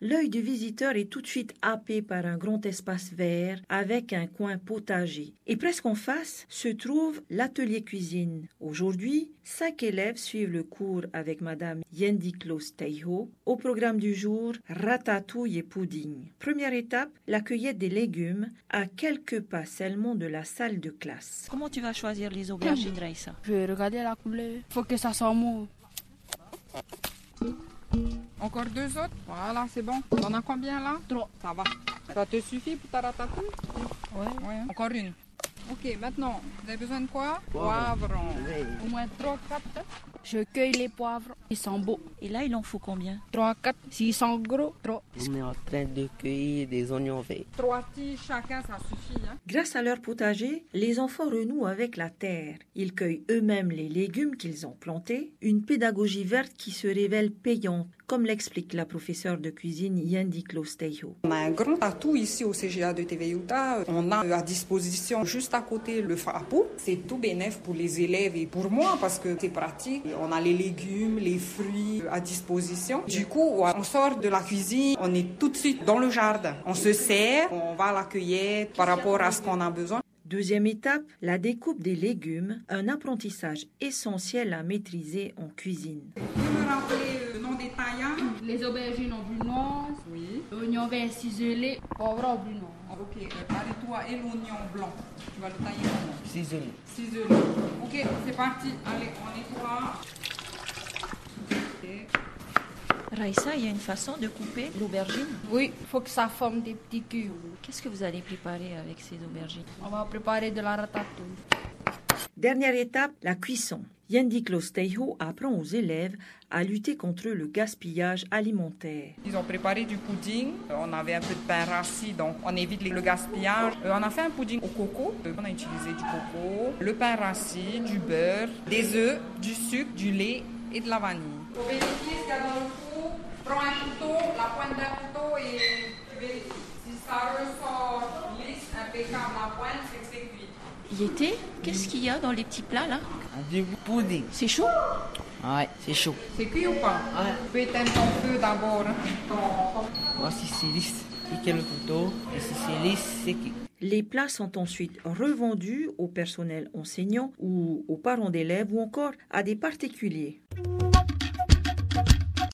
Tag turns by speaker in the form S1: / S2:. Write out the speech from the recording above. S1: L'œil du visiteur est tout de suite happé par un grand espace vert avec un coin potager. Et presque en face se trouve l'atelier cuisine. Aujourd'hui, cinq élèves suivent le cours avec Madame Yendi Klaus Teiho. Au programme du jour, ratatouille et pudding. Première étape, la cueillette des légumes à quelques pas seulement de la salle de classe. Comment tu vas choisir les aubergines, Raissa
S2: Je vais regarder la couleur. Faut que ça soit mou.
S3: Encore deux autres Voilà, c'est bon. T'en as combien là Trois. Ça va. Ça te suffit pour ta ratatouille
S2: Ouais.
S3: Oui. Encore une. Ok, maintenant, vous avez besoin de quoi Poivron.
S2: Au moins trois, quatre. Je cueille les poivres. Ils sont beaux.
S1: Et là, il en faut combien
S2: Trois, quatre. S'ils sont gros, trois.
S4: On est en train de cueillir des oignons verts.
S3: Trois petits chacun, ça suffit. Hein?
S1: Grâce à leur potager, les enfants renouent avec la terre. Ils cueillent eux-mêmes les légumes qu'ils ont plantés, une pédagogie verte qui se révèle payante, comme l'explique la professeure de cuisine Yendi Klostejo.
S5: On a un grand atout ici au CGA de TV Utah. On a à disposition juste à côté le frappo. C'est tout bénéf pour les élèves et pour moi parce que c'est pratique. On a les légumes, les fruits à disposition. Du coup, on sort de la cuisine, on est tout de suite dans le jardin. On se sert, on va à la cueillette par rapport à ce qu'on a besoin.
S1: Deuxième étape, la découpe des légumes, un apprentissage essentiel à maîtriser en cuisine.
S3: Vous me
S5: euh,
S3: rappelez le nom des taillants
S2: Les aubergines en brunoise,
S3: Oui.
S2: oignons verts ciselés, poivre en brunoise.
S3: Ok,
S5: euh,
S3: arrête-toi et l'oignon blanc. Tu vas le tailler comment
S4: Ciselé.
S3: Ciseler. Ok, c'est parti. Allez, on nettoie. Ok.
S1: Raissa, il y a une façon de couper l'aubergine.
S2: Oui, faut que ça forme des petits cubes.
S1: Qu'est-ce que vous allez préparer avec ces aubergines
S2: On va préparer de la ratatouille.
S1: Dernière étape, la cuisson. Yendi Klostejo apprend aux élèves à lutter contre le gaspillage alimentaire.
S3: Ils ont préparé du pudding. Euh, On avait un peu de pain rassis, donc on évite les- le gaspillage. Euh, On a fait un pudding au coco. Euh, On a utilisé du coco, le pain rassis, du beurre, des œufs, du sucre, du lait et de la vanille. Pour vérifier ce qu'il y a dans le four, prends un couteau, la pointe d'un couteau et tu vérifies. Si ça ressort lisse, impeccable la pointe, c'est que c'est cuit.
S1: Yété, qu'est-ce qu'il y a dans les petits plats là
S4: Du pudding.
S1: C'est chaud
S4: Ouais, c'est chaud.
S3: C'est cuit ou pas
S4: Ouais.
S3: Tu peux éteindre ton feu d'abord. hein. Ton- ton-
S4: Voici c'est lisse. Piquez le couteau. Et si c'est lisse, c'est cuit.
S1: Les plats sont ensuite revendus au personnel enseignant ou aux parents d'élèves ou encore à des particuliers.